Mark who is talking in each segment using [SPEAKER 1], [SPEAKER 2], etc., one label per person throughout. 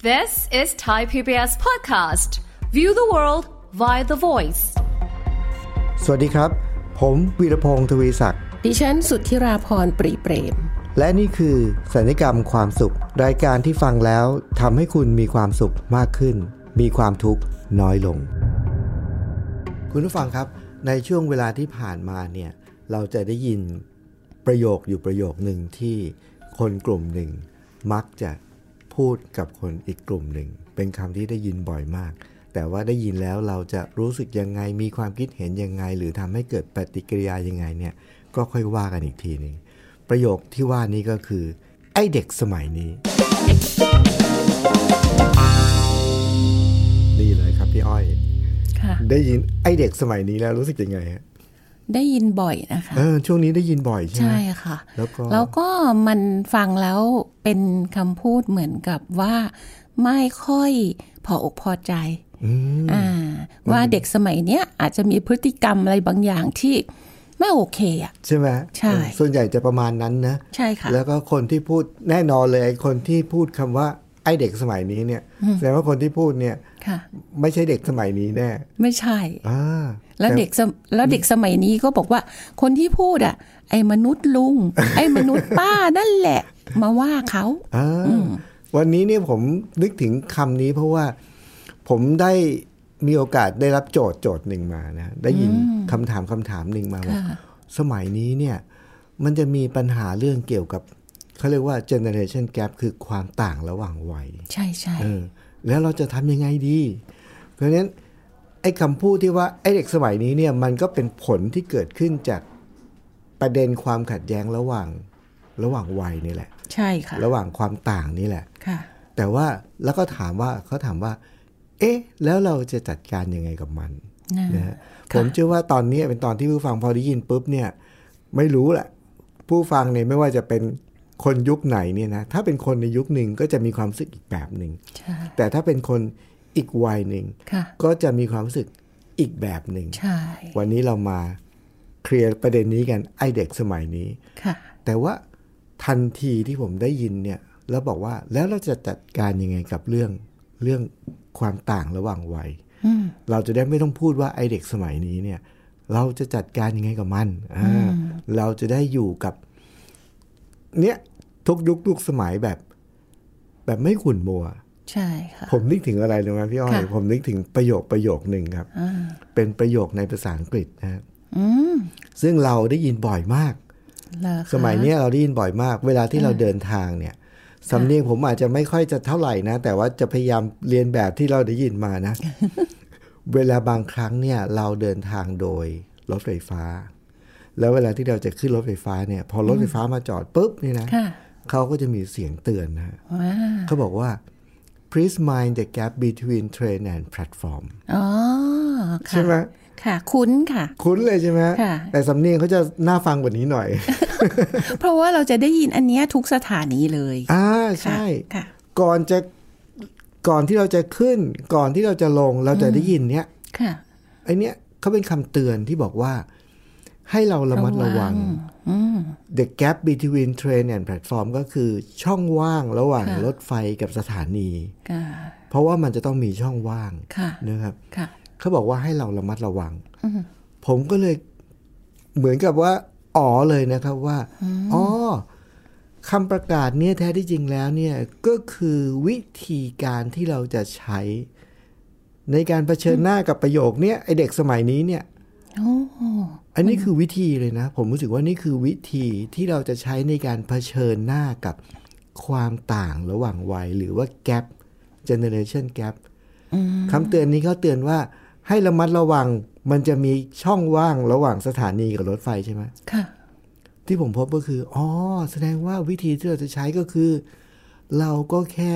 [SPEAKER 1] This is Thai PBS podcast. View the world via the voice.
[SPEAKER 2] สวัสดีครับ ผมวีรพงศ์ทวีศักดิ์
[SPEAKER 3] ดิฉันสุทธิราพรปรีเปรม
[SPEAKER 2] และนี่คือสัญญกรรมความสุข รายการที่ฟังแล้วทำให้คุณมีความสุขมากขึ้น มีความทุกข์น้อยลง คุณผู้ฟังครับ ในช่วงเวลาที่ผ่านมาเนี่ย เราจะได้ยินประโยคอยู่ประโยคหนึ่งที่คนกลุ่มหนึ่ง มักจะพูดกับคนอีกกลุ่มหนึ่ง เป็นคำที่ได้ยินบ่อยมาก แต่ว่าได้ยินแล้วเราจะรู้สึกยังไง มีความคิดเห็นยังไง หรือทำให้เกิดปฏิกิริยายังไงเนี่ย ก็ค่อยว่ากันอีกทีหนึ่ง ประโยคที่ว่านี้ก็คือ ไอ้เด็กสมัยนี้ นี่เลยครับพี่อ้อย
[SPEAKER 3] ค่ะ
[SPEAKER 2] ได้ยินไอ้เด็กสมัยนี้แล้วรู้สึกยังไงฮะ
[SPEAKER 3] ได้ยินบ่อยนะคะ
[SPEAKER 2] เออช่วงนี้ได้ยินบ่อยใช่ไหม
[SPEAKER 3] ใช่ค่ะ
[SPEAKER 2] แล้วก็
[SPEAKER 3] แล้วก็มันฟังแล้วเป็นคำพูดเหมือนกับว่า ไม่ค่อยพออกพอใจอ่าว่าเด็กสมัยเนี้ยอาจจะมีพฤติกรรมอะไรบางอย่างที่ไม่โอเคอ่ะ
[SPEAKER 2] ใช่ไหม
[SPEAKER 3] ใช่
[SPEAKER 2] เออส่วนใหญ่จะประมาณนั้นนะ
[SPEAKER 3] ใช่ค่ะ
[SPEAKER 2] แล้วก็คนที่พูดแน่นอนเลยไอ้คนที่พูดคำว่า ไอ้เด็กสมัยนี้เนี่ย แสดงว่าคนที่พูดเนี่ย
[SPEAKER 3] ค่ะ
[SPEAKER 2] ไม่ใช่เด็กสมัยนี้แน่
[SPEAKER 3] ไม่ใช่
[SPEAKER 2] อ่า
[SPEAKER 3] แล้วเด็กสมแล้วเด็กสมัยนี้ก็บอกว่า คนที่พูดอ่ะ ไอ้มนุษย์ลุ ง ไอ้มนุษย์ป้านั่นแหละ มาว่าเขา
[SPEAKER 2] อ่าวันนี้เนี่ยผมนึกถึงคำนี้เพราะว่า ผมได้มีโอกาสได้รับโจทย์โจทย์หนึ่งมานะได้ยินคำถามคำถามหนึ่งมาบอก
[SPEAKER 3] ค่ะ
[SPEAKER 2] สมัยนี้เนี่ย มันจะมีปัญหาเรื่องเกี่ยวกับเขาเรียกว่า generation gap คือความต่างระหว่างวัย
[SPEAKER 3] ใช่ใช่
[SPEAKER 2] เออแล้วเราจะทำยังไงดี เพราะฉะนั้นไอ้คำพูดที่ว่าไอ้เด็กสมัยนี้เนี่ยมันก็เป็นผลที่เกิดขึ้นจากประเด็นความขัดแย้งระหว่างระหว่างวัยนี่แหละ
[SPEAKER 3] ใช่ค่ะ
[SPEAKER 2] ระหว่างความต่างนี่แหละ
[SPEAKER 3] ค่ะ
[SPEAKER 2] แต่ว่าแล้วก็ถามว่าเขาถามว่า เอ๊ะ แล้วเราจะจัดการยังไงกับมัน
[SPEAKER 3] นะ
[SPEAKER 2] นะฮะผมเชื่อว่าตอนนี้เป็นตอนที่ผู้ฟังพอได้ยินปุ๊บเนี่ย ไม่รู้แหละ ผู้ฟังเนี่ยไม่ว่าจะเป็นคนยุคไหนเนี่ยนะถ้าเป็นคนในยุคหนึ่งก็จะมีความรู้สึกอีกแบบหนึ่ง
[SPEAKER 3] ใช่
[SPEAKER 2] แต่ถ้าเป็นคนอีกวัยหนึ่ง
[SPEAKER 3] ค่ะ
[SPEAKER 2] ก็จะมีความรู้สึกอีกแบบหนึ่ง
[SPEAKER 3] ใช่
[SPEAKER 2] วันนี้เรามาเคลียร์ประเด็นนี้กันไอเด็กสมัยนี้
[SPEAKER 3] ค่ะ
[SPEAKER 2] แต่ว่าทันทีที่ผมได้ยินเนี่ย แล้วบอกว่าแล้วเราจะจัดการยังไงกับเรื่องเรื่องความต่างระหว่างวัยเราจะได้ไม่ต้องพูดว่าไอเด็กสมัยนี้เนี่ย เราจะจัดการยังไงกับมันอ่าเราจะได้อยู่กับ เนี้ยทุกยุคทุกสมัยแบบ แบบไม่ขุ่นมัว
[SPEAKER 3] ใช่ค่ะ
[SPEAKER 2] ผมนึกถึงอะไรรู้ไหมพี่อ้อย
[SPEAKER 3] ค่ะ
[SPEAKER 2] ผมนึกถึงประโยคประโยคหนึ่งครับ เป็นประโยคในภาษาอังกฤษนะฮะ
[SPEAKER 3] อืม
[SPEAKER 2] ซึ่งเราได้ยินบ่อยมาก
[SPEAKER 3] เหรอคะ
[SPEAKER 2] สมัยเนี้ยเราได้ยินบ่อยมาก เวลาที่เราเดินทางเนี่ยสำเนียงผมอาจจะไม่ค่อยจะเท่าไหร่นะ แต่ว่าจะพยายามเรียนแบบที่เราได้ยินมา นะ เวลาบางครั้งเนี่ย เราเดินทางโดยรถไฟฟ้า แล้วเวลาที่เราจะขึ้นรถไฟฟ้าเนี่ย พอรถไฟฟ้ามาจอดปุ๊บเนี่ยนะ
[SPEAKER 3] ค่ะ
[SPEAKER 2] เขาก็จะมีเสียงเตือนนะฮะ
[SPEAKER 3] ว้า
[SPEAKER 2] เขาบอกว่า please mind the gap between train and platform
[SPEAKER 3] อ๋อค่ะ
[SPEAKER 2] ใช่ไหม
[SPEAKER 3] ค่ะ คุ้นค่ะ
[SPEAKER 2] คุ้นเลยใช่ไหม
[SPEAKER 3] ค่ะ
[SPEAKER 2] แต่สำเนียงเขาจะน่าฟังกว่านี้หน่ อย
[SPEAKER 3] เพราะว่าเราจะได้ยินอันเนี้ยทุกสถานีเลย
[SPEAKER 2] อ่า
[SPEAKER 3] ค่ะ
[SPEAKER 2] ใช่
[SPEAKER 3] ค่ะ
[SPEAKER 2] ก่อนจะก่อนที่เราจะขึ้น ก่อนที่เราจะลงเราจะได้ยินเนี้ย
[SPEAKER 3] ค่ะ
[SPEAKER 2] ไอเนี้ยเขาเป็นคำเตือนที่บอกว่า ให้เราระมัดระวัง
[SPEAKER 3] อืม
[SPEAKER 2] the gap between train and platform ก็คือช่องว่างระหว่าง
[SPEAKER 3] ค่ะ
[SPEAKER 2] รถไฟกับสถานี
[SPEAKER 3] ค่ะ
[SPEAKER 2] เพราะว่ามันจะต้องมีช่องว่าง
[SPEAKER 3] ค่ะ
[SPEAKER 2] นะครับ
[SPEAKER 3] ค่ะ
[SPEAKER 2] เขาบอกว่าให้เราระมัดระวัง ผมก็เลยเหมือนกับว่า อ๋อเลยนะครับว่า อ๋อคำประกาศเนี่ยแท้ที่จริงแล้วเนี่ย ก็คือวิธีการที่เราจะใช้ ในการเผชิญหน้ากับประโยคเนี้ยไอเด็กสมัยนี้เนี่ย
[SPEAKER 3] โอ้
[SPEAKER 2] อันนี้คือวิธีเลยนะ ผมรู้สึกว่านี่คือวิธีที่เราจะใช้ในการเผชิญหน้ากับความต่างระหว่างวัย หรือว่า gap generation gap คำเตือนนี้เขาเตือนว่า ให้ระมัดระวังมันจะมีช่องว่างระหว่างสถานีกับรถไฟใช่ไหม
[SPEAKER 3] ค่ะ
[SPEAKER 2] ที่ผมพบก็คืออ๋อแสดงว่าวิธีที่เราจะใช้ก็คือ เราก็แค่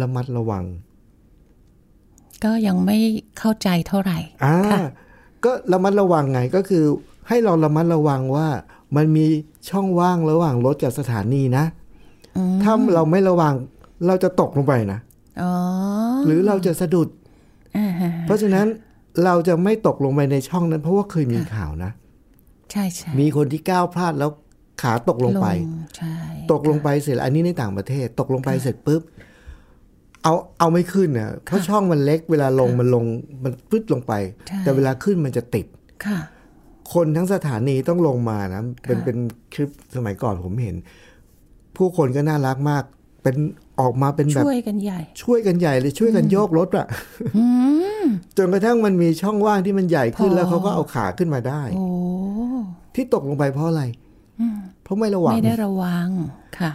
[SPEAKER 2] ระมัดระวัง
[SPEAKER 3] ก็ยังไม่เข้าใจเท่าไหร่
[SPEAKER 2] อ่า
[SPEAKER 3] ค่ะ
[SPEAKER 2] ก็ระมัดระวังไงก็คือ ให้เราระมัดระวังว่ามันมีช่องว่างระหว่างรถกับสถานีนะ ถ้าเราไม่ระวังเราจะตกลงไปนะ
[SPEAKER 3] อ๋อ
[SPEAKER 2] หรือเราจะสะดุด
[SPEAKER 3] อ่าฮะ
[SPEAKER 2] เพราะฉะนั้นเราจะไม่ตกลงไปในช่องนั้น เพราะว่าเคยมีข่าวนะ
[SPEAKER 3] ใช่ใช่
[SPEAKER 2] มีคนที่ก้าวพลาดแล้วขาตกลงไป
[SPEAKER 3] ใช่
[SPEAKER 2] ตกลงไปเสร็จแล้วอันนี้ในต่างประเทศ ตกลงไปเสร็จปุ๊บ เอาเอาไม่ขึ้นนะเพราะช่องมันเล็กเวลาลงมันลงมันปึ๊ดลงไป
[SPEAKER 3] ใช่
[SPEAKER 2] แต่เวลาขึ้นมันจะติด
[SPEAKER 3] ค่ะ
[SPEAKER 2] คนทั้งสถานีต้องลงมานะเป็นเป็นคลิปสมัยก่อนผมเห็น ผู้คนก็น่ารักมาก เป็นออกมาเป็นแบบ
[SPEAKER 3] ช่วยกันใหญ่
[SPEAKER 2] ช่วยกันใหญ่เลยช่วยกันโยกรถอะจนกระทั่งมันมีช่องว่างที่มันใหญ่ขึ้น
[SPEAKER 3] พอ
[SPEAKER 2] แล้วเขาก็เอาขาขึ้นมาได้
[SPEAKER 3] โอ้
[SPEAKER 2] ที่ตกลงไปเพราะอะไรเพราะไม่ระวัง
[SPEAKER 3] ไม่ได้ระวังค่ะ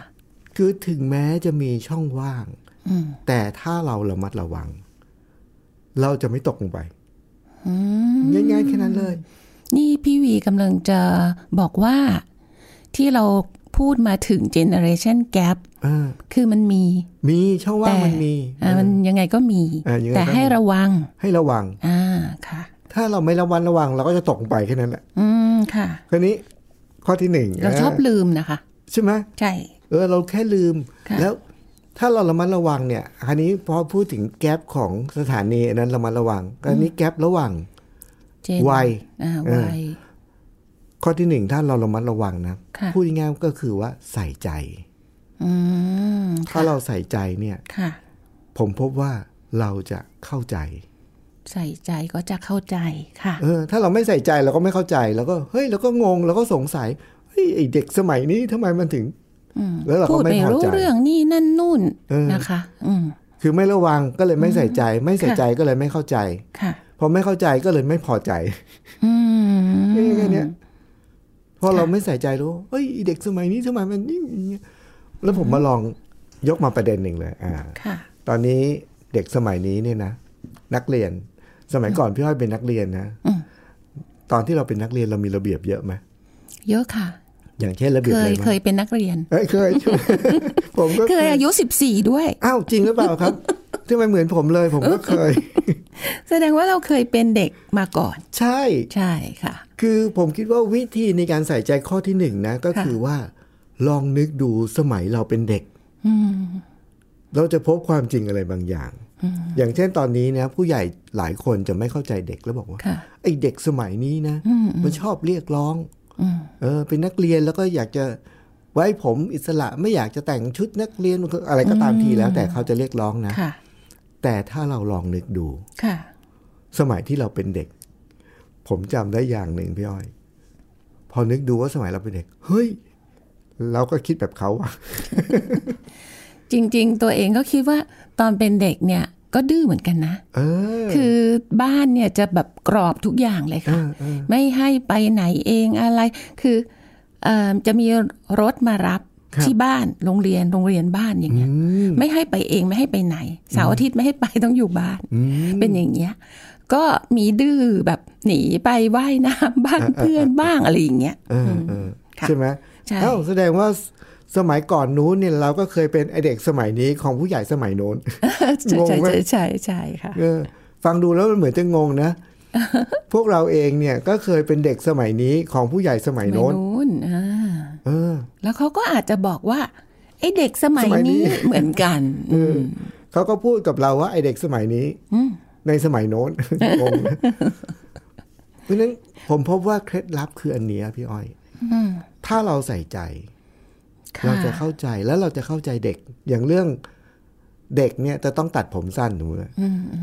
[SPEAKER 2] คือถึงแม้จะมีช่องว่าง
[SPEAKER 3] อืม
[SPEAKER 2] แต่ถ้าเราระมัดระวัง เราจะไม่ตกลงไป
[SPEAKER 3] อืม
[SPEAKER 2] ง่ายๆแค่นั้นเลย
[SPEAKER 3] นี่พี่วีกำลังจะบอกว่าที่เราพูดมาถึง generation gap
[SPEAKER 2] เออ
[SPEAKER 3] คือมันมี
[SPEAKER 2] มีช่องว่าง
[SPEAKER 3] แต่
[SPEAKER 2] มันมี
[SPEAKER 3] อ่ามันยังไงก็มี
[SPEAKER 2] เออยังไงก็มี
[SPEAKER 3] แต่ให้ระวัง
[SPEAKER 2] ให้ระวัง
[SPEAKER 3] อ่าค่ะ
[SPEAKER 2] ถ้าเราไม่ระวังระวัง เราก็จะตกลงไปแค่นั้นแหละ
[SPEAKER 3] อืมค่ะ
[SPEAKER 2] คราวนี้ข้อที่หนึ่ง
[SPEAKER 3] เราชอบ
[SPEAKER 2] นะ
[SPEAKER 3] ลืมนะคะ
[SPEAKER 2] ใช่ไหม
[SPEAKER 3] ใช่
[SPEAKER 2] เออเราแค่ลืม
[SPEAKER 3] ค่ะ
[SPEAKER 2] แล้วถ้าเราระมัดระวังเนี่ยอันนี้พอพูดถึงแก๊ปของสถานีอันนั้นระมัดระวังอันนี้แก๊ประหว่าง
[SPEAKER 3] เจน
[SPEAKER 2] วัย
[SPEAKER 3] อ่า
[SPEAKER 2] เออ
[SPEAKER 3] วัย
[SPEAKER 2] ข้อที่หนึ่งถ้าเราระมัดระวังนะ
[SPEAKER 3] ค่ะ
[SPEAKER 2] พูดง่ายๆก็คือว่าใส่ใจ
[SPEAKER 3] อืม
[SPEAKER 2] ถ้าเราใส่ใจเนี่ย
[SPEAKER 3] ค่ะ
[SPEAKER 2] ผมพบว่าเราจะเข้าใจ
[SPEAKER 3] ใส่ใจก็จะเข้าใจค่ะ
[SPEAKER 2] เออ ถ้าเราไม่ใส่ใจเราก็ไม่เข้าใจเราก็เฮ้ยเราก็งงเราก็สงสัยเฮ้ยไอเด็กสมัยนี้ทำไมมันถึงแล้วเรา
[SPEAKER 3] พู
[SPEAKER 2] ก็
[SPEAKER 3] ด
[SPEAKER 2] ไม่
[SPEAKER 3] ไม่
[SPEAKER 2] พอ
[SPEAKER 3] รู้
[SPEAKER 2] ใจ
[SPEAKER 3] เรื่องนี่นั่นนู่น
[SPEAKER 2] เออ
[SPEAKER 3] นะคะ อืม
[SPEAKER 2] คือไม่ระวังก็เลยไม่ใส่ใจ ไม่ใส่
[SPEAKER 3] ค่ะ
[SPEAKER 2] ใจก็เลยไม่เข้าใจ
[SPEAKER 3] ค่ะ
[SPEAKER 2] พอไม่เข้าใจก็เลยไม่พอใจ
[SPEAKER 3] อืม
[SPEAKER 2] นี่แค่เนี้ยพอเรา
[SPEAKER 3] ค่ะ
[SPEAKER 2] ไม่ใส่ใจรู้เอ้ยไอ้เด็กสมัยนี้สมัยมันนี่อย่างเงี้ยแล้วผมมาลองยกมาประเด็นหนึ่งเลย อ่า
[SPEAKER 3] ค่ะ
[SPEAKER 2] ตอนนี้เด็กสมัยนี้เนี่ยนะนักเรียน สมัยก่อนพี่อ้อยเป็นนักเรียนนะ
[SPEAKER 3] อืม
[SPEAKER 2] ตอนที่เราเป็นนักเรียนเรามีระเบียบเยอะไหม
[SPEAKER 3] เยอะค่ะ
[SPEAKER 2] อย่างเช่นระเบียบ
[SPEAKER 3] เค
[SPEAKER 2] อะไร
[SPEAKER 3] ย
[SPEAKER 2] บ้าง
[SPEAKER 3] เคยเป็นนักเรียน
[SPEAKER 2] เอ้ยเค ย ผมก็
[SPEAKER 3] เคยอายุสิบสี่ด้วย
[SPEAKER 2] อ้าวจริงหรือเปล่าครับที่มันเหมือนผมเลย ผมก็เค ย
[SPEAKER 3] แสดงว่าเราเคยเป็นเด็กมาก่อน
[SPEAKER 2] ใช่
[SPEAKER 3] ใช่ค่ะ
[SPEAKER 2] คือผมคิดว่าวิธีในการใส่ใจข้อที่หนึ่งนะ ก็
[SPEAKER 3] ค่ะ
[SPEAKER 2] คือว่า ลองนึกดูสมัยเราเป็นเด็ก
[SPEAKER 3] อืม
[SPEAKER 2] เราจะพบความจริงอะไรบางอย่าง อย่างเช่นตอนนี้นะผู้ใหญ่หลายคนจะไม่เข้าใจเด็กแล้วบอกว่า
[SPEAKER 3] ค่ะ
[SPEAKER 2] ไอ้เด็กสมัยนี้นะ มันชอบเรียกร้องเออ เป็นนักเรียนแล้วก็อยากจะไว้ผมอิสระไม่อยากจะแต่งชุดนักเรียนอะไรก็ตามทีแล้ว แต่เขาจะเรียกร้องนะ
[SPEAKER 3] ค่ะ
[SPEAKER 2] แต่ถ้าเราลองนึกดู
[SPEAKER 3] ค่ะ
[SPEAKER 2] สมัยที่เราเป็นเด็ก ผมจำได้อย่างหนึ่งพี่อ้อย พอนึกดูว่าสมัยเราเป็นเด็ก เฮ้ย เราก็คิดแบบเขาอะ
[SPEAKER 3] จริง ๆ ตัวเองก็คิดว่าตอนเป็นเด็กเนี่ยก็ดื้อเหมือนกันนะ
[SPEAKER 2] เออ
[SPEAKER 3] คือบ้านเนี่ยจะแบบกรอบทุกอย่างเลยค่ะ ไม่ให้ไปไหนเองอะไร คือเอมจะมีรถมารับ
[SPEAKER 2] ครับ
[SPEAKER 3] ที่บ้านโรงเรียนโรงเรียนบ้านอย่างเงี้ยไม่ให้ไปเองไม่ให้ไปไหนเสาร์อาทิตย์ไม่ให้ไปต้องอยู่บ้าน เป็นอย่างเงี้ยก็มีดื้อแบบหนีไปว่ายน้ำบ้านเพื่อนบ้างอะไรอย่างเงี้ย
[SPEAKER 2] เออเออ
[SPEAKER 3] ค่ะ
[SPEAKER 2] ใช่ไหม
[SPEAKER 3] ใช่
[SPEAKER 2] เอ้าแสดงว่าสสมัยก่อนนู้นเนี่ยเราก็เคยเป็นไอเด็กสมัยนี้ของผู้ใหญ่สมัยโน้น
[SPEAKER 3] ใช่
[SPEAKER 2] งง
[SPEAKER 3] ใช่
[SPEAKER 2] ไหม
[SPEAKER 3] ใช่ใช่ใช่ค่ะ
[SPEAKER 2] เออ ฟังดูแล้วมันเหมือนจะงงนะ พวกเราเองเนี่ยก็เคยเป็นเด็กสมัยนี้ของผู้ใหญ่สมัย
[SPEAKER 3] ไม่
[SPEAKER 2] โน้น
[SPEAKER 3] นู้นอ่า
[SPEAKER 2] เออ
[SPEAKER 3] แล้วเขาก็อาจจะบอกว่าไอ้เด็กสมัย
[SPEAKER 2] สมัยนี้
[SPEAKER 3] นี้ เหมือนกันม
[SPEAKER 2] เขาก็พูดกับเราว่าไอเด็กสมัยนี้ในสมัยโน้น งงนะเพราะฉะนั้นผมพบว่าเคล็ดลับคืออันเนี้ยพี่อ้อย ถ้าเราใส่ใจ
[SPEAKER 3] ค่
[SPEAKER 2] เราจะเข้าใจแล้วเราจะเข้าใจเด็กอย่างเรื่องเด็กเนี่ยจะต้องตัดผมสั้นถูกไหม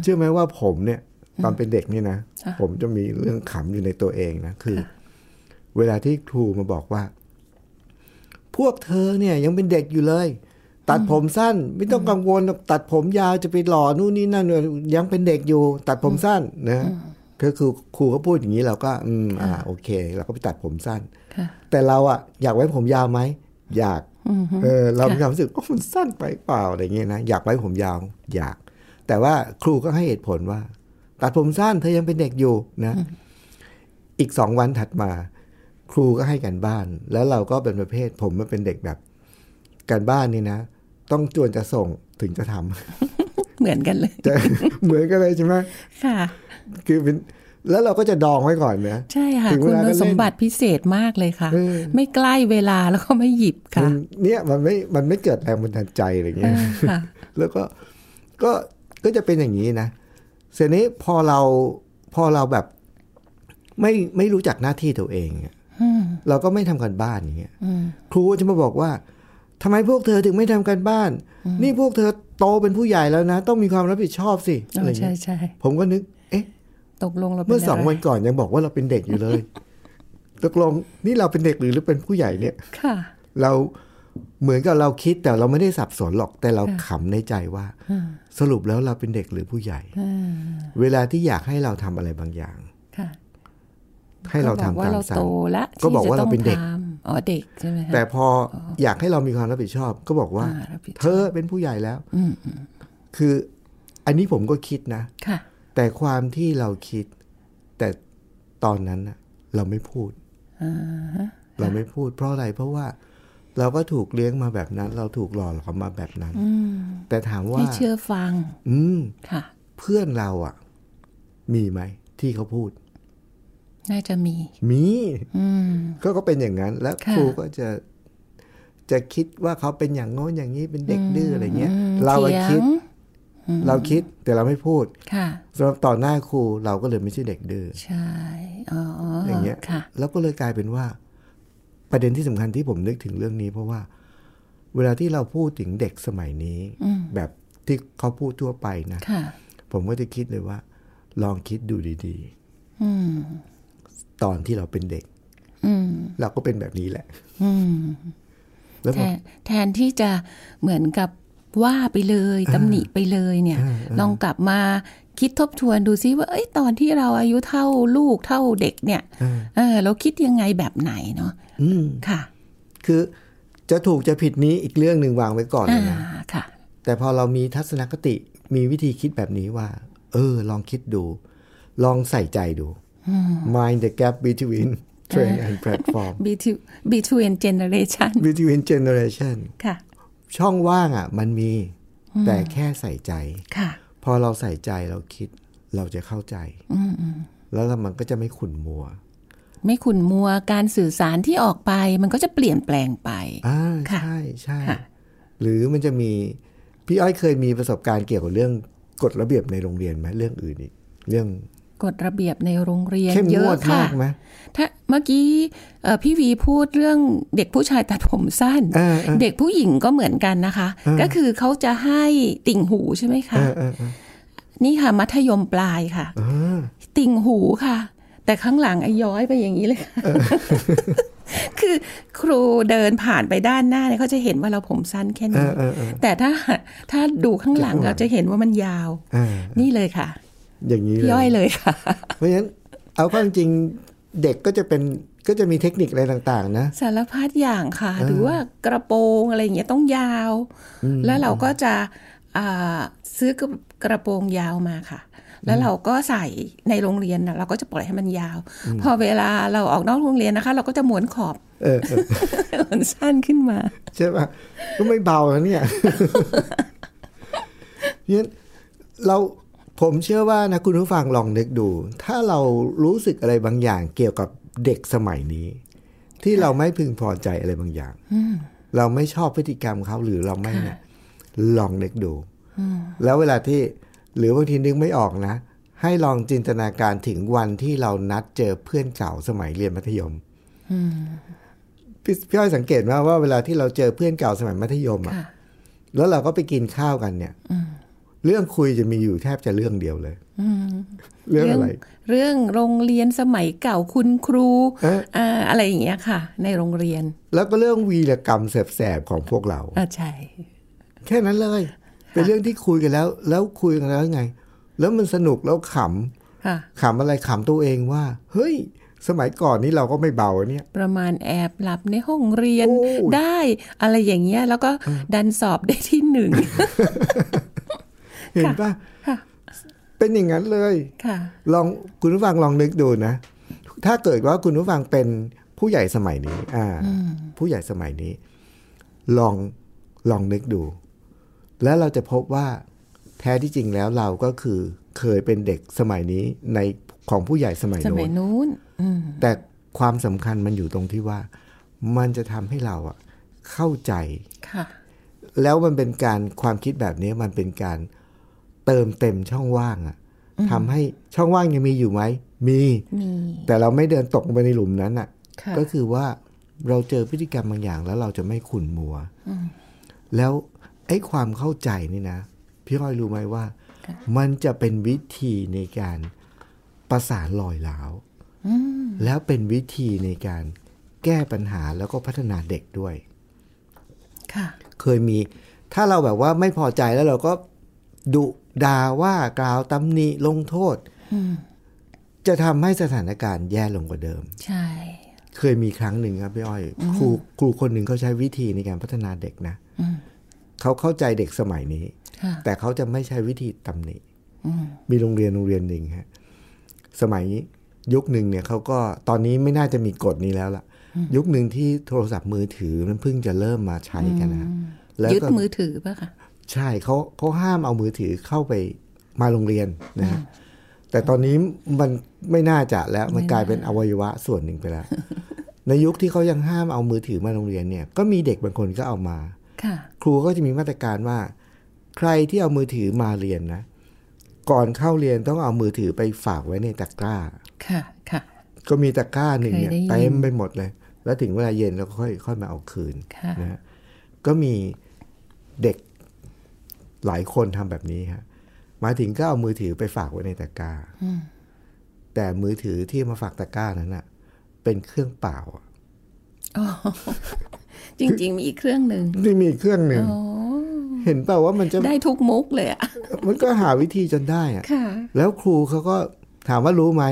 [SPEAKER 2] เชื่อไหมว่าผมเนี่ย ตอนเป็นเด็กเนี่ยนะผมจะมีเรื่องขำอยู่ในตัวเองนะคือ เวลาที่ครูมาบอกว่า พวกเธอเนี่ยยังเป็นเด็กอยู่เลย ตัดผมสั้น ไม่ต้องกังวลหรอกตัดผมยาวจะไปหล่อนู่นนี่นั่นยังเป็นเด็กอยู่ ตัดผมสั้นนะก็คือครูเขาพูดอย่างนี้เราก็ อืมอ่า โอเคเราก็ไปตัดผมสั้น
[SPEAKER 3] ค่ะ
[SPEAKER 2] แต่เราอะอยากไว้ผมยาวไหมอยากเออเรามีความรู้สึกว่ามันสั้นไปเปล่าอะไรเงี้ยนะอยากไว้ผมยาว อยาก แต่ว่าครูก็ให้เหตุผลว่า ตัดผมสั้นเธอยังเป็นเด็กอยู่นะ อีกสองวันถัดมา ครูก็ให้กันบ้าน แล้วเราก็เป็นประเภท ผมมันเป็นเด็กแบบการบ้านนี่นะ ต้องจวนจะส่งถึงจะทำ
[SPEAKER 3] เหมือนกันเลย
[SPEAKER 2] จะเหมือนกันเลยใช่ไหม
[SPEAKER 3] ค่ะ
[SPEAKER 2] คือเป็นแล้วเราก็จะดองไว้ก่อนนะ
[SPEAKER 3] ใช่ค่ะ
[SPEAKER 2] ถึงเว
[SPEAKER 3] คุณ
[SPEAKER 2] ลาก็เล่น
[SPEAKER 3] สมบัติพิเศษมากเลยค่ะ
[SPEAKER 2] เออ
[SPEAKER 3] ไม่ใกล้เวลาแล้วก็ไม่หยิบค่ะ
[SPEAKER 2] มันเนี่ยมันไม่มันไม่เกิดแรงบันดาลใจอะไรเงี้ย
[SPEAKER 3] ค่ะ
[SPEAKER 2] แล้วก็ก็ก็จะเป็นอย่างนี้นะ เสร็จนี้พอเราพอเราแบบไม่ไม่รู้จักหน้าที่ตัวเองอะเราก็ไม่ทำกันบ้านอย่างเงี้ยครูก็จะมาบอกว่า ทำไมพวกเธอถึงไม่ทำกันบ้าน นี่พวกเธอโตเป็นผู้ใหญ่แล้วนะ ต้องมีความรับผิดชอบสิ
[SPEAKER 3] อ๋
[SPEAKER 2] อะ
[SPEAKER 3] อ
[SPEAKER 2] ไร
[SPEAKER 3] ใช่
[SPEAKER 2] เงี้ย
[SPEAKER 3] ใช่
[SPEAKER 2] ผมก็นึก เอ๊ะ
[SPEAKER 3] ตกลงเราเป็น
[SPEAKER 2] เมื่อสอง
[SPEAKER 3] ะไร
[SPEAKER 2] วันก่อนยังบอกว่าเราเป็นเด็กอยู่เลย ตกลงนี่เราเป็นเด็กหรือเราเป็นผู้ใหญ่เนี่ย
[SPEAKER 3] ค่ะ
[SPEAKER 2] เราเหมือนกับเราคิดแต่เราไม่ได้สับสนหรอกแต่เราขำในใจว่า สรุปแล้วเราเป็นเด็กหรือผู้ใหญ่ เวลาที่อยากให้เราทำอะไรบางอย่าง
[SPEAKER 3] ค่ะ
[SPEAKER 2] ให้เราทำ
[SPEAKER 3] ก็บอก
[SPEAKER 2] ตาม
[SPEAKER 3] ว่าเรา
[SPEAKER 2] สั่
[SPEAKER 3] โต
[SPEAKER 2] ง
[SPEAKER 3] ละ
[SPEAKER 2] ก็บอกว่าเราเป็นเด็ก
[SPEAKER 3] ที่จะต้องทำอ๋อเด็กใช่ไหมคะ
[SPEAKER 2] แต่พออยากให้เรามีความรับผิดชอบ ก็บอกว่า
[SPEAKER 3] อ่ารับผิด
[SPEAKER 2] เธอเป็นผู้ใหญ่แล้วคืออันนี้ผมก็คิดนะ
[SPEAKER 3] ค่ะ
[SPEAKER 2] แต่ความที่เราคิด แต่ตอนนั้นน่ะ เราไม่พูดเราไม่พูด เพราะอะไรเพราะว่า เราก็ถูกเลี้ยงมาแบบนั้น เราถูกหล่อหลอมมาแบบนั้นแต่ถามว่า
[SPEAKER 3] ให้เชื่อฟัง
[SPEAKER 2] อืม
[SPEAKER 3] ค่ะ
[SPEAKER 2] เพื่อนเราอ่ะ มีไหมที่เขาพูด
[SPEAKER 3] น่าจะมี
[SPEAKER 2] มี
[SPEAKER 3] อืม
[SPEAKER 2] ก็ก็เป็นอย่างนั้น แล้วค
[SPEAKER 3] ค่ะ
[SPEAKER 2] รูก็จะ จะคิดว่าเขาเป็นอย่างโน้นอย่างนี้เป็นเด็กดื้ออะไรเงี้ย เราอะคิ
[SPEAKER 3] เถียง
[SPEAKER 2] ด เราคิดแต่เราไม่พูด
[SPEAKER 3] ค่ะ
[SPEAKER 2] สำหรับต่อหน้าครูเราก็เลยไม่ใช่เด็กดื้อ
[SPEAKER 3] ใช่อ๋ออ
[SPEAKER 2] อย่างเงี้ย
[SPEAKER 3] ค่ะ
[SPEAKER 2] แล้วก็เลยกลายเป็นว่า ประเด็นที่สำคัญที่ผมนึกถึงเรื่องนี้ เพราะว่า เวลาที่เราพูดถึงเด็กสมัยนี้ แบบที่เขาพูดทั่วไปนะ
[SPEAKER 3] ค่ะ
[SPEAKER 2] ผมก็จะคิดเลยว่า ลองคิดดูดี
[SPEAKER 3] อืม
[SPEAKER 2] ๆ ตอนที่เราเป็นเด็ก
[SPEAKER 3] อืม
[SPEAKER 2] เราก็เป็นแบบนี้แหละ
[SPEAKER 3] อืม
[SPEAKER 2] แล้ว
[SPEAKER 3] แท
[SPEAKER 2] ผม
[SPEAKER 3] นแทนที่จะเหมือนกับว่าไปเลยตำหนิไปเลยเนี่ย ลองกลับมาคิดทบทวนดูซิว่าเอ้ยตอนที่เราอายุเท่าลูกเท่าเด็กเนี่ย เออ เราคิดยังไงแบบไหนเนาะ
[SPEAKER 2] อืม
[SPEAKER 3] ค่ะ
[SPEAKER 2] คือจะถูกจะผิดนี้อีกเรื่องหนึ่งวางไว้ก่อนเล
[SPEAKER 3] อ่าย
[SPEAKER 2] นะ
[SPEAKER 3] ค่ะ
[SPEAKER 2] แต่พอเรามีทัศนคติมีวิธีคิดแบบนี้ว่า เออ ลองคิดดู ลองใส่ใจดู mind the gap between train and platform
[SPEAKER 3] between between generation
[SPEAKER 2] between generation
[SPEAKER 3] ค่ะ
[SPEAKER 2] ช่องว่างอ่ะ มันมี แต่แค่ใส่ใจ
[SPEAKER 3] ค่ะ
[SPEAKER 2] พอเราใส่ใจเราคิด เราจะเข้าใจแล้วเรามันก็จะไม่ขุ่นมัว
[SPEAKER 3] ไม่ขุ่นมัวการสื่อสารที่ออกไป มันก็จะเปลี่ยนแปลงไป
[SPEAKER 2] อ่า
[SPEAKER 3] ค่ะ
[SPEAKER 2] ใช่ใช่
[SPEAKER 3] ค่ะ
[SPEAKER 2] หรือมันจะมี พี่อ้อยเคยมีประสบการณ์เกี่ยวกับเรื่องกฎระเบียบในโรงเรียนไหมเรื่องอื่นอีก เรื่อง
[SPEAKER 3] กฎระเบียบในโรงเรียน
[SPEAKER 2] เข้ม
[SPEAKER 3] เย
[SPEAKER 2] งว
[SPEAKER 3] อะ
[SPEAKER 2] ด
[SPEAKER 3] ค่ะ
[SPEAKER 2] มากไหม
[SPEAKER 3] ถ้าเมื่อกี้เอ่อพี่วีพูดเรื่องเด็กผู้ชายตัดผมสั้น
[SPEAKER 2] เออเออ
[SPEAKER 3] เด็กผู้หญิงก็เหมือนกันนะคะ ก็คือเขาจะให้ติ่งหูใช่ไหมคะ
[SPEAKER 2] เออเออเออ
[SPEAKER 3] นี่ค่ะมัธยมปลายค่ะ
[SPEAKER 2] เออ
[SPEAKER 3] ติ่งหูค่ะ แต่ข้างหลังไอ้ย้อยไปอย่างนี้เลยค่ะ คือครูเดินผ่านไปด้านหน้าเนี่ยเขาจะเห็นว่าเราผมสั้นแค่นี้
[SPEAKER 2] เออเออเออ
[SPEAKER 3] แต่ถ้าถ้าดูข้างหลังเราจะเห็นว่ามันยาว
[SPEAKER 2] เออ
[SPEAKER 3] นี่เลยค่ะ
[SPEAKER 2] อย่างนี้เล
[SPEAKER 3] ย้อย
[SPEAKER 2] ย
[SPEAKER 3] เลยค่ะ
[SPEAKER 2] เพราะฉะนั้นเอาเข้าจริงๆเด็กก็จะเป็นก็จะมีเทคนิคอะไรต่าง ๆ นะ
[SPEAKER 3] สารพัดอย่างค่ะ หรือว่ากระโปรงอะไรอย่างเงี้ยต้องยาว แล้วเราก็จะอ่าซื้อกระกระโปรงยาวมาค่ะ แล้วเราก็ใส่ในโรงเรียนน่ะเราก็จะปล่อยให้มันยาว พอเวลาเราออกนอกโรงเรียนนะคะ เราก็จะหมวนขอบ
[SPEAKER 2] เอ อเออ
[SPEAKER 3] มันสั้นขึ้นมา
[SPEAKER 2] ใช่ป่ะก็ไม่เบานะ เนี่ย เนี่ยเราผมเชื่อว่านะคุณผู้ฟังลองนึกดู ถ้าเรารู้สึกอะไรบางอย่างเกี่ยวกับเด็กสมัยนี้ ที่เราไม่พึงพอใจอะไรบางอย่างเราไม่ชอบพฤติกรรมเขาหรือเราไม่เนี่ย ลองนึกดูแล้วเวลาที่หรือบางทีนึกไม่ออกนะ ให้ลองจินตนาการถึงวันที่เรานัดเจอเพื่อนเก่าสมัยเรียนมัธยม พี่พี่อ้อยสังเกตไหมว่าเวลาที่เราเจอเพื่อนเก่าสมัยมัธยมอ่ะ
[SPEAKER 3] ค่ะ
[SPEAKER 2] แล้วเราก็ไปกินข้าวกันเนี่ยเรื่องคุยจะมีอยู่แทบจะเรื่องเดียวเลย เรื่องอะไร
[SPEAKER 3] เรื่องโรงเรียนสมัยเก่าคุณครู
[SPEAKER 2] เอ๊ะ
[SPEAKER 3] อ่าอะไรอย่างเงี้ยค่ะ ในโรงเรียน
[SPEAKER 2] แล้วก็เรื่องวีรกรรมแสบๆของพวกเรา
[SPEAKER 3] อ่าใช่
[SPEAKER 2] แค่นั้นเลย เป็นเรื่องที่คุยกันแล้ว แล้วคุยกันแล้วไง แล้วมันสนุกแล้วข
[SPEAKER 3] ค่ะ
[SPEAKER 2] ำขำอะไรขำตัวเองว่า เฮ้ย สมัยก่อนนี้เราก็ไม่เบาอะเนี่ย
[SPEAKER 3] ประมาณแอบหลับในห้องเรียน
[SPEAKER 2] โอ้ย
[SPEAKER 3] ได้อะไรอย่างเงี้ย แล้วก็ดันสอบได้ที่หนึ่ง
[SPEAKER 2] เห็นปะ
[SPEAKER 3] ค่ะ
[SPEAKER 2] เป็นอย่างนั้นเลย
[SPEAKER 3] ค่ะ
[SPEAKER 2] ลองคุณผู้ฟังลองนึกดูนะ ถ้าเกิดว่าคุณผู้ฟังเป็นผู้ใหญ่สมัยนี้ อ่า ผู้ใหญ่สมัยนี้ ลองลองนึกดู แล้วเราจะพบว่าแท้ที่จริงแล้วเราก็คือเคยเป็นเด็กสมัยนี้ในของผู้ใหญ่สมัย
[SPEAKER 3] สมั
[SPEAKER 2] โน้
[SPEAKER 3] ย
[SPEAKER 2] น
[SPEAKER 3] นู้น อืม
[SPEAKER 2] แต่ความสำคัญมันอยู่ตรงที่ว่า มันจะทำให้เราอะเข้าใจ
[SPEAKER 3] ค่ะ
[SPEAKER 2] แล้วมันเป็นการความคิดแบบนี้มันเป็นการเติมเต็มช่องว่างอะทำให้ช่องว่างยังมีอยู่ไหมมี
[SPEAKER 3] มี
[SPEAKER 2] แต่เราไม่เดินตกลงไปในหลุมนั้นอ่ะ
[SPEAKER 3] ค่ะ
[SPEAKER 2] ก็คือว่า เราเจอพฤติกรรมบางอย่างแล้วเราจะไม่ขุ่นมัวแล้วไอ้ความเข้าใจนี่นะ พี่อ้อยรู้ไหมว่า มันจะเป็นวิธีในการประสานรอยร้าวแล้วเป็นวิธีในการแก้ปัญหาแล้วก็พัฒนาเด็กด้วย
[SPEAKER 3] ค่ะ
[SPEAKER 2] เคยมี ถ้าเราแบบว่าไม่พอใจแล้วเราก็ดุด่าว่ากล่าวตำหนิลงโทษ จะทำให้สถานการณ์แย่ลงกว่าเดิม
[SPEAKER 3] ใช่
[SPEAKER 2] เคยมีครั้งหนึ่งครับพี่อ้อย ครูครูคนหนึ่งเขาใช้วิธีในการพัฒนาเด็กนะเขาเข้าใจเด็กสมัยนี้
[SPEAKER 3] ค่ะ
[SPEAKER 2] แต่เขาจะไม่ใช้วิธีตำหนิมีโรงเรียนโรงเรียนหนึ่งฮะสมัยยุคหนึ่งเนี่ยเขาก็ตอนนี้ไม่น่าจะมีกฎนี้แล้วล่ะ ยุคหนึ่งที่โทรศัพท์มือถือมันเพิ่งจะเริ่มมาใช้กันนะฮะแล้ว
[SPEAKER 3] ยึด
[SPEAKER 2] ก็
[SPEAKER 3] มือถือป่ะคะ
[SPEAKER 2] ใช่เขาเขาห้ามเอามือถือเข้าไปมาโรงเรียนนะฮะแต่ตอนนี้มันไม่น่าจะแล้วมันกลายเป็นอวัยวะส่วนหนึ่งไปแล้ว ในยุคที่เขายังห้ามเอามือถือมาโรงเรียนเนี่ย ก็มีเด็กบางคนก็เอามา
[SPEAKER 3] ค่ะ
[SPEAKER 2] ครูก็จะมีมาตรการว่า ใครที่เอามือถือมาเรียนนะ ก่อนเข้าเรียนต้องเอามือถือไปฝากไว้ในตะกร้า
[SPEAKER 3] ค่ะ ค่ะ
[SPEAKER 2] ก็มีตะกร้าหนึ่งเนี่ย
[SPEAKER 3] เคยได้ยิน
[SPEAKER 2] เต็มไปหมดเลย แล้วถึงเวลาเย็นเราก็ค่อยค่อยมาเอาคืน
[SPEAKER 3] ค่ะ
[SPEAKER 2] นะฮะก็มีเด็กหลายคนทำแบบนี้ฮะมาถึงก็เอามือถือไปฝากไว้ในตะกร้าแต่มือถือที่มาฝากตะกร้านั้นน่ะ เป็นเครื่องเปล่าอะ
[SPEAKER 3] อ๋อ จริง ๆ มีอีกเครื่องหนึ่ง
[SPEAKER 2] นี่มีเครื่องหนึ่ง
[SPEAKER 3] อ๋อ
[SPEAKER 2] เห็นเปล่าว่ามันจะ
[SPEAKER 3] ได้ทุกมุกเลยอะ
[SPEAKER 2] มันก็หาวิธีจนได้อะ
[SPEAKER 3] ค่ะ
[SPEAKER 2] แล้วครูเขาก็ถามว่ารู้ไหม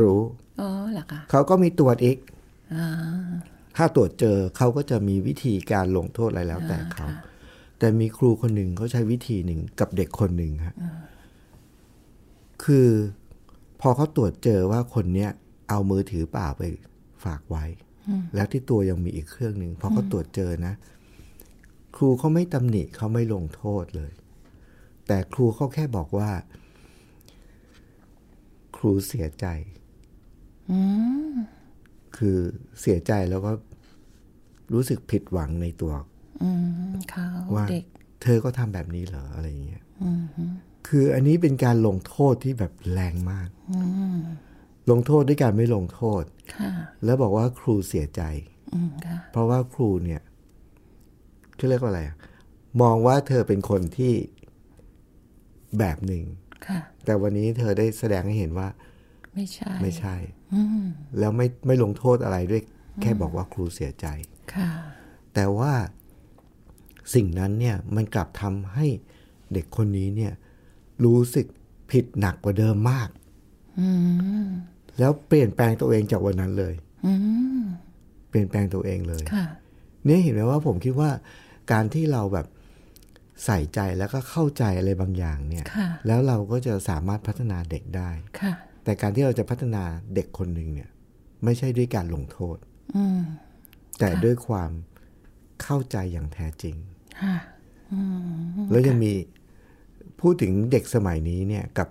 [SPEAKER 2] รู้
[SPEAKER 3] อ๋อเหรอคะ
[SPEAKER 2] เขาก็มีตรวจอีก
[SPEAKER 3] อ๋อ
[SPEAKER 2] ถ้าตรวจเจอเขาก็จะมีวิธีการลงโทษอะไรแล้วแต่เขา แต่มีครูคนหนึ่งเขาใช้วิธีหนึ่งกับเด็กคนหนึ่งฮะคือพอเขาตรวจเจอว่าคนเนี้ยเอามือถือเปล่าไปฝากไว้ แล้วที่ตัวยังมีอีกเครื่องหนึ่งพอเขาตรวจเจอนะ ครูเขาไม่ตำหนิเขาไม่ลงโทษเลย แต่ครูเขาแค่บอกว่า ครูเสียใจ คือเสียใจแล้วก็รู้สึกผิดหวังในตัว
[SPEAKER 3] อืมเขา
[SPEAKER 2] ว่า
[SPEAKER 3] เด็ก
[SPEAKER 2] เธอก็ทำแบบนี้เหรออะไรอย่างเงี้ยคืออันนี้เป็นการลงโทษที่แบบแรงมาก ลงโทษด้วยการไม่ลงโทษ
[SPEAKER 3] ค่ะ
[SPEAKER 2] แล้วบอกว่าครูเสียใจ
[SPEAKER 3] อืมค่ะ
[SPEAKER 2] เพราะว่าครูเนี่ยเขาเรียกว่าอะไรอะมองว่าเธอเป็นคนที่แบบหนึ่ง
[SPEAKER 3] ค่ะ
[SPEAKER 2] แต่วันนี้เธอได้แสดงให้เห็นว่า
[SPEAKER 3] ไม่ใช่
[SPEAKER 2] ไม่ใช่ แล้วไม่ไม่ลงโทษอะไรด้วย แค่บอกว่าครูเสียใจ
[SPEAKER 3] ค่ะ
[SPEAKER 2] แต่ว่าสิ่งนั้นเนี่ยมันกลับทำให้เด็กคนนี้เนี่ยรู้สึกผิดหนักกว่าเดิมมาก
[SPEAKER 3] อืม
[SPEAKER 2] แล้วเปลี่ยนแปลงตัวเองจากวันนั้นเลย
[SPEAKER 3] อืม
[SPEAKER 2] เปลี่ยนแปลงตัวเองเลย
[SPEAKER 3] ค่ะ
[SPEAKER 2] เนี่ยเห็นไหมว่าผมคิดว่าการที่เราแบบใส่ใจแล้วก็เข้าใจอะไรบางอย่างเนี่ย
[SPEAKER 3] ค่ะ
[SPEAKER 2] แล้วเราก็จะสามารถพัฒนาเด็กได้
[SPEAKER 3] ค่ะ
[SPEAKER 2] แต่การที่เราจะพัฒนาเด็กคนหนึ่งเนี่ย ไม่ใช่ด้วยการลงโทษ
[SPEAKER 3] อืม
[SPEAKER 2] แต่ด้วยความเข้าใจอย่างแท้จริง
[SPEAKER 3] ค่ะ
[SPEAKER 2] แล้วยังมีพูดถึงเด็กสมัยนี้เนี่ยกับ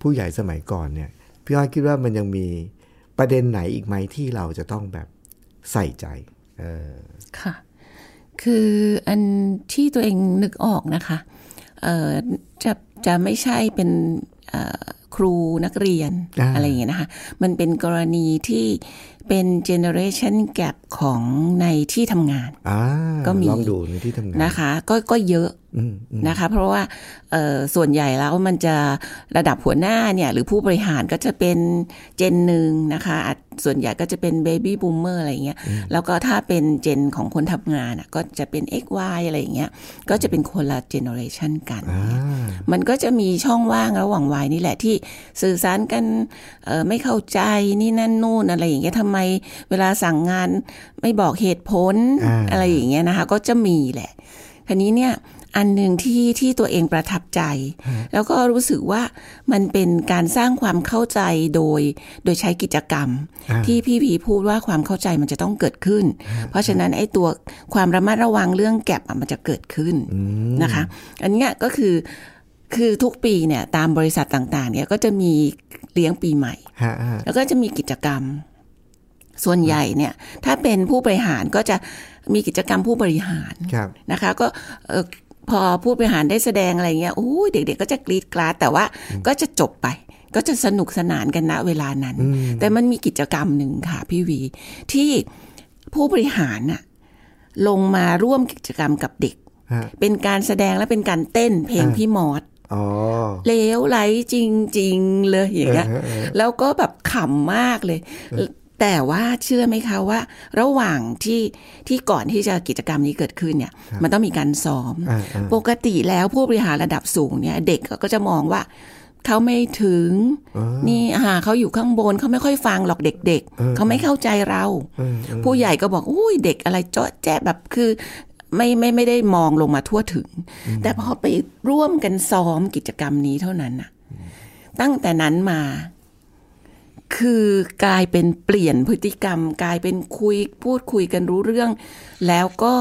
[SPEAKER 2] ผู้ใหญ่สมัยก่อนเนี่ยพี่อ้อยคิดว่ามันยังมีประเด็นไหนอีกไหมที่เราจะต้องแบบใส่ใจ เออ
[SPEAKER 3] ค่ะ คืออันที่ตัวเองนึกออกนะคะ เอ่อ จะจะไม่ใช่เป็นเอ่อครูนักเรียน
[SPEAKER 2] อ่า
[SPEAKER 3] อะไรอย่างเงี้ยนะคะ มันเป็นกรณีที่เป็นเจเนอเรชันแกรของในที่ทำงาน
[SPEAKER 2] อ่า
[SPEAKER 3] ก็มี
[SPEAKER 2] ลองดูในที่ทำงาน
[SPEAKER 3] นะคะ ก็ก็เยอะ
[SPEAKER 2] อืมอืม
[SPEAKER 3] นะคะเพราะว่าเอ่อส่วนใหญ่แล้วมันจะระดับหัวหน้าเนี่ยหรือผู้บริหารก็จะเป็นเจนหนึ่งนะคะอาจส่วนใหญ่ก็จะเป็นเบบี้บูมเมอร์อะไรอย่างเงี้ยแล้วก็ถ้าเป็นเจนของคนทำงานอะก็จะเป็น XY อะไรอย่างเงี้ยก็จะเป็นคนละเจเนอเรชันกัน
[SPEAKER 2] อ่า
[SPEAKER 3] มันก็จะมีช่องว่างระหว่างวัยนี่แหละที่สื่อสารกันเอ่อไม่เข้าใจนี่นั่นนู่นอะไรอย่างเงี้ยทำไมเวลาสั่งงานไม่บอกเหตุผลอะไรอย่างเงี้ยนะคะ ก็จะมีแหละทีนี้เนี่ยอันหนึ่งที่ที่ตัวเองประทับใจ แล้วก็รู้สึกว่ามันเป็นการสร้างความเข้าใจโดยโดยใช้กิจกรรม ที่พี่พีพูดว่าความเข้าใจมันจะต้องเกิดขึ้น เพราะฉะนั้นไอ้ตัวความระมัดระวังเรื่องแก็บอะมันจะเกิดขึ้น
[SPEAKER 2] อืม
[SPEAKER 3] นะคะ อันเนี้ยก็คือคือทุกปีเนี่ยตามบริษัทต่าง ๆ เนี่ยก็จะมีเลี้ยงปีใหม่
[SPEAKER 2] ฮะฮะ
[SPEAKER 3] แล้วก็จะมีกิจกรรม ส่วนใหญ่เนี่ย ถ้าเป็นผู้บริหารก็จะมีกิจกรรมผู้บริหาร
[SPEAKER 2] ครับ
[SPEAKER 3] นะคะ ก็เอ่อพอผู้บริหารได้แสดงอะไรเงี้ยโอ้ยเด็ก ๆ ก็จะกรีดกราดแต่ว่าก็จะจบไป ก็จะสนุกสนานกันณเวลานั้น แต่มันมีกิจกรรมหนึ่งค่ะพี่วีที่ ผู้บริหารน่ะลงมาร่วมกิจกรรมกับเด็ก
[SPEAKER 2] ฮะ
[SPEAKER 3] เป็นการแสดงและเป็นการเต้นเพลงพี่มอด
[SPEAKER 2] อ๋อ
[SPEAKER 3] เลวไหลจริง ๆ เลยอย่างเงี้ย
[SPEAKER 2] เออเออเออ
[SPEAKER 3] แล้วก็แบบขำมากเลย แต่ว่าเชื่อไหมคะว่า ระหว่างที่ที่ก่อนที่จะกิจกรรมนี้เกิดขึ้นเนี่ย มันต้องมีการซ้อม
[SPEAKER 2] อ่าอ่า
[SPEAKER 3] ปกติแล้วผู้บริหารระดับสูงเนี่ย เด็กก็จะมองว่า เขาไม่ถึง นี่หาเขาอยู่ข้างบนเขาไม่ค่อยฟังหรอกเด็ก ๆ เขาไม่เข้าใจเรา
[SPEAKER 2] เออเออ
[SPEAKER 3] ผู้ใหญ่ก็บอกอุ้ยเด็กอะไรเจาะแจ๊ะแบบคือไม่ไม่ไม่ได้มองลงมาทั่วถึง แต่พอไปร่วมกันซ้อมกิจกรรมนี้เท่านั้นน่ะ ตั้งแต่นั้นมา คือกลายเป็นเปลี่ยนพฤติกรรม กลายเป็นคุยพูดคุยกันรู้เรื่อง แล้วก็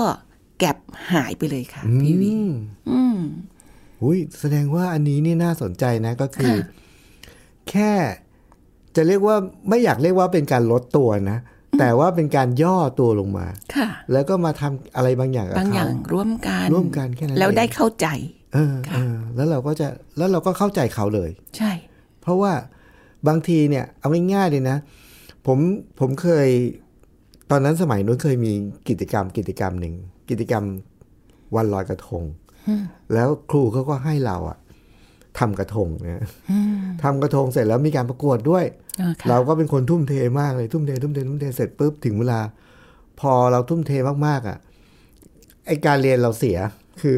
[SPEAKER 3] แก็บหายไปเลยค่ะ พี่วิ
[SPEAKER 2] อืมอุ้ยแสดงว่าอันนี้นี่น่าสนใจนะก็คือ แค่ จะเรียกว่าไม่อยากเรียกว่าเป็นการลดตัวนะ แต่ว่าเป็นการย่อตัวลงมา
[SPEAKER 3] ค่ะ
[SPEAKER 2] แล้วก็มาทำอะไรบางอย่างกับเข
[SPEAKER 3] บางอย่างร่วมกัน
[SPEAKER 2] ร่วมกันแค่นั้น
[SPEAKER 3] แล้วได้
[SPEAKER 2] เอง
[SPEAKER 3] เข้าใจ
[SPEAKER 2] เออ
[SPEAKER 3] ค่ะ
[SPEAKER 2] เออแล้วเราก็จะแล้วเราก็เข้าใจเขาเลย
[SPEAKER 3] ใช่
[SPEAKER 2] เพราะว่าบางทีเนี่ย เอาง่ายๆเลยนะ ผมผมเคย ตอนนั้นสมัยนู้นเคยมีกิจกรรมกิจกรรมหนึ่งกิจกรรมวันลอยกระทง แล้วครูเขาก็ให้เราอะทำกระทงนะทำกระทงเสร็จแล้วมีการประกวดด้วย
[SPEAKER 3] อ่าค่ะ
[SPEAKER 2] เราก็เป็นคนทุ่มเทมากเลยทุ่มเททุ่มเททุ่มเทเสร็จปุ๊บถึงเวลา พอเราทุ่มเทมากๆอะ่ะไอการเรียนเราเสียคือ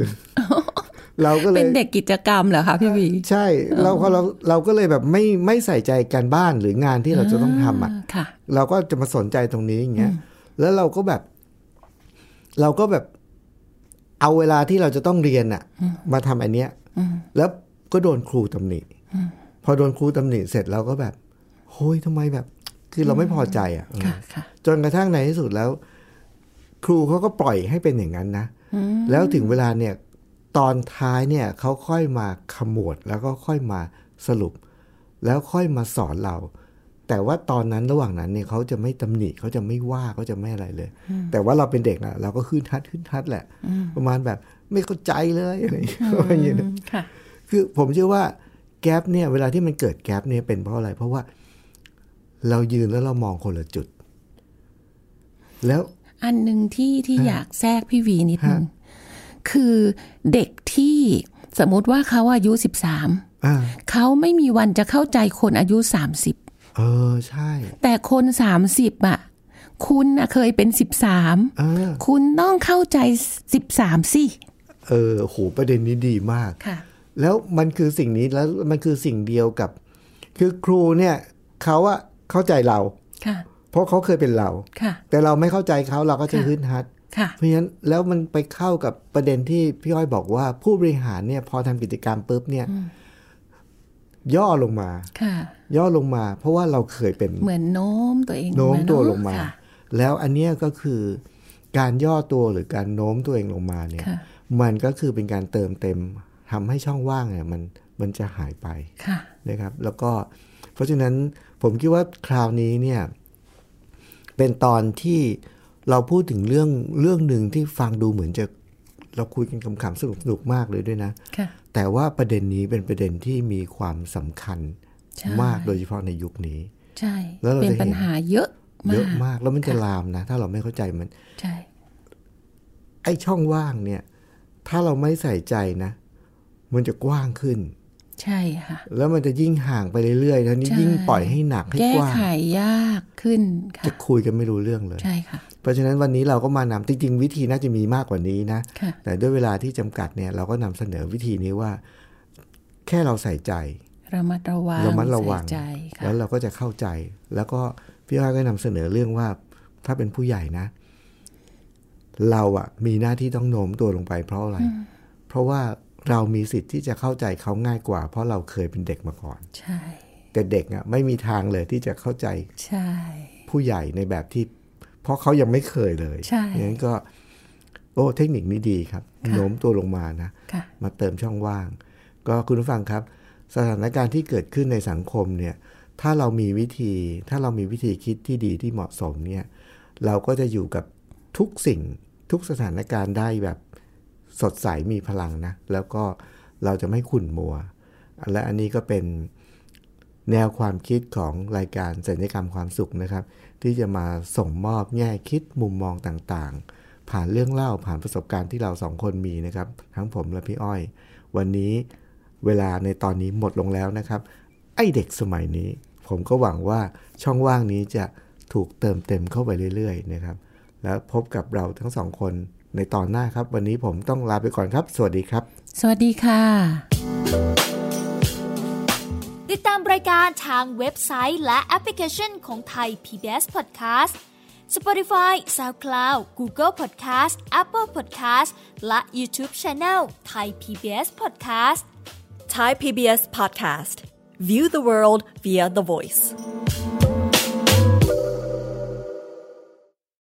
[SPEAKER 2] เราก็เลย
[SPEAKER 3] เป็นเด็กกิจกรรมเหรอคะพี่วี
[SPEAKER 2] ใช่เราก็เราเราก็เลยแบบไม่ไม่ใส่ใจการบ้านหรืองานที่เราจะต้องทำอ่ะ
[SPEAKER 3] าค่ะ
[SPEAKER 2] เราก็จะมาสนใจตรงนี้อย่างเงี้ย แล้วเราก็แบบ เราก็แบบเอาเวลาที่เราจะต้องเรียนอ่ะ มาทำอันเนี้ยแล้วก็โดนครูตำหนิพอโดนครูตำหนิเสร็จเราก็แบบโฮ้ยทำไมแบบ คือเราไม่พอใจอ่ะเออ
[SPEAKER 3] ค่ะค่ะ
[SPEAKER 2] จนกระทั่งในที่สุดแล้ว ครูเขาก็ปล่อยให้เป็นอย่างนั้นนะ แล้วถึงเวลาเนี่ย ตอนท้ายเนี่ยเขาค่อยมาขมวดแล้วก็ค่อยมาสรุป แล้วค่อยมาสอนเรา แต่ว่าตอนนั้นระหว่างนั้นเนี่ยเขาจะไม่ตำหนิเขาจะไม่ว่าเขาจะไม่อะไรเลย แต่ว่าเราเป็นเด็กนะเราก็ขึ้นทัดขึ้นทัดแหละ ประมาณแบบไม่เข้าใจเลยอะไรอย่างเงี้ยว่าอย่างเงี้ยนะ
[SPEAKER 3] ค่ะ
[SPEAKER 2] คือผมเชื่อว่าแกลบเนี่ยเวลาที่มันเกิดแกลบเนี่ยเป็นเพราะอะไร เพราะว่าเรายืนแล้วเรามองคนละจุด แล้ว
[SPEAKER 3] อันหนึ่งที่ที่อยากแทรกพี่วีนิดนึงคือเด็กที่สมมติว่าเขาอายุ 13
[SPEAKER 2] อ่า
[SPEAKER 3] เขาไม่มีวันจะเข้าใจคนอายุ
[SPEAKER 2] เออใช่
[SPEAKER 3] 30 แต่คน 30อ่ะคุณน่ะเคยเป็น
[SPEAKER 2] เออ
[SPEAKER 3] 13 คุณต้องเข้าใจ 13 สิ
[SPEAKER 2] เออโหประเด็นนี้ดีมาก
[SPEAKER 3] ค่ะ
[SPEAKER 2] แล้วมันคือสิ่งนี้แล้วมันคือสิ่งเดียวกับ คือครูเนี่ยเขาอะเข้าใจเรา
[SPEAKER 3] ค่ะ
[SPEAKER 2] เพราะเขาเคยเป็นเรา
[SPEAKER 3] ค่ะ
[SPEAKER 2] แต่เราไม่เข้าใจเขาเราก็จะฮึดฮัด
[SPEAKER 3] ค่ะ
[SPEAKER 2] เพราะฉะนั้นแล้วมันไปเข้ากับประเด็นที่พี่อ้อยบอกว่าผู้บริหารเนี่ยพอทำกิจกรรมปุ๊บเนี่ย ย่อลงมา
[SPEAKER 3] ค่ะ
[SPEAKER 2] ย่อลงมา เพราะว่าเราเคยเป็น
[SPEAKER 3] เหมือนโน้มตัวเอง
[SPEAKER 2] โน้มตัวลงมา
[SPEAKER 3] ค่ะ
[SPEAKER 2] แล้วอันเนี้ยก็คือการย่อตัวหรือการโน้มตัวเองลงมาเนี่ย
[SPEAKER 3] ค่ะ
[SPEAKER 2] มันก็คือเป็นการเติมเต็มทำให้ช่องว่างเนี่ยมันมันจะหายไป
[SPEAKER 3] ค่ะ
[SPEAKER 2] นะครับแล้วก็เพราะฉะนั้นผมคิดว่าคราวนี้เนี่ยเป็นตอนที่เราพูดถึงเรื่องเรื่องหนึ่งที่ฟังดูเหมือนจะเราคุยกันคำๆสนุกสนุกมากเลยด้วยนะ
[SPEAKER 3] ค่ะ
[SPEAKER 2] แต่ว่าประเด็นนี้เป็นประเด็นที่มีความสำคัญ
[SPEAKER 3] ใช่
[SPEAKER 2] มากโดยเฉพาะในยุคนี้
[SPEAKER 3] ใช่
[SPEAKER 2] แล้วเราจะ
[SPEAKER 3] เป็นปัญหาเยอะ
[SPEAKER 2] เย
[SPEAKER 3] มา
[SPEAKER 2] อะ
[SPEAKER 3] ก
[SPEAKER 2] มากแล้วมันจะลามนะ ถ้าเราไม่เข้าใจมัน
[SPEAKER 3] ใช่
[SPEAKER 2] ไอ้ช่องว่างเนี่ย ถ้าเราไม่ใส่ใจนะ มันจะกว้างขึ้น
[SPEAKER 3] ใช่ค่ะ
[SPEAKER 2] แล้วมันจะยิ่งห่างไปเรื่อยๆแล้วนี่
[SPEAKER 3] ใช่
[SPEAKER 2] ยิ่งปล่อยให้หนักให้
[SPEAKER 3] แก้
[SPEAKER 2] กว้าง
[SPEAKER 3] ไขยากขึ้นค่ะ
[SPEAKER 2] จะคุยกันไม่รู้เรื่องเลย
[SPEAKER 3] ใช่ค่ะ
[SPEAKER 2] เพราะฉะนั้นวันนี้เราก็มานำจริง ๆ วิธีน่าจะมีมากกว่านี้นะ
[SPEAKER 3] ค่ะ
[SPEAKER 2] แต่ด้วยเวลาที่จำกัดเนี่ยเราก็นำเสนอวิธีนี้ว่า แค่เราใส่ใจ
[SPEAKER 3] ระมัดระวัง
[SPEAKER 2] เรามัดระวัง
[SPEAKER 3] ใส่ใจค่ะ
[SPEAKER 2] แล้วเราก็จะเข้าใจ แล้วก็พี่อ้อยก็นำเสนอเรื่องว่า ถ้าเป็นผู้ใหญ่นะ เราอะมีหน้าที่ต้องโน้มตัวลงไปเพราะอะไร เพราะว่าเรามีสิทธิ์ที่จะเข้าใจเขาง่ายกว่า เพราะเราเคยเป็นเด็กมาก่อน
[SPEAKER 3] ใช่
[SPEAKER 2] แต่เด็กอะไม่มีทางเลยที่จะเข้าใจ
[SPEAKER 3] ใช่
[SPEAKER 2] ผู้ใหญ่ในแบบที่ เพราะเขายังไม่เคยเลย
[SPEAKER 3] ใช่
[SPEAKER 2] ดังนั้นก็ โอ้เทคนิคนี้ดีครับ
[SPEAKER 3] ค่ะ
[SPEAKER 2] โน้มตัวลงมานะ
[SPEAKER 3] ค่ะ
[SPEAKER 2] มาเติมช่องว่าง ก็คุณผู้ฟังครับ สถานการณ์ที่เกิดขึ้นในสังคมเนี่ย ถ้าเรามีวิธี ถ้าเรามีวิธีคิดที่ดีที่เหมาะสมเนี่ย เราก็จะอยู่กับทุกสิ่ง ทุกสถานการณ์ได้แบบสดใสมีพลังนะ แล้วก็เราจะไม่ขุ่นมัว และอันนี้ก็เป็น แนวความคิดของรายการสัญญกรรมความสุขนะครับ ที่จะมาส่งมอบแง่คิดมุมมองต่างๆ ผ่านเรื่องเล่าผ่านประสบการณ์ที่เราสองคนมีนะครับ ทั้งผมและพี่อ้อย วันนี้เวลาในตอนนี้หมดลงแล้วนะครับ ไอเด็กสมัยนี้ ผมก็หวังว่าช่องว่างนี้จะถูกเติมเต็มเข้าไปเรื่อยๆนะครับ แล้วพบกับเราทั้งสองคนในตอนหน้าครับ วันนี้ผมต้องลาไปก่อนครับ สวัสดีครับ
[SPEAKER 3] สวัสดีค่ะ
[SPEAKER 4] ติดตามรายการทางเว็บไซต์และแอปพลิเคชันของไทย PBS Podcast Spotify SoundCloud Google Podcast Apple Podcast และ YouTube Channel ไทย PBS Podcast
[SPEAKER 5] Thai PBS Podcast. View the world via the voice.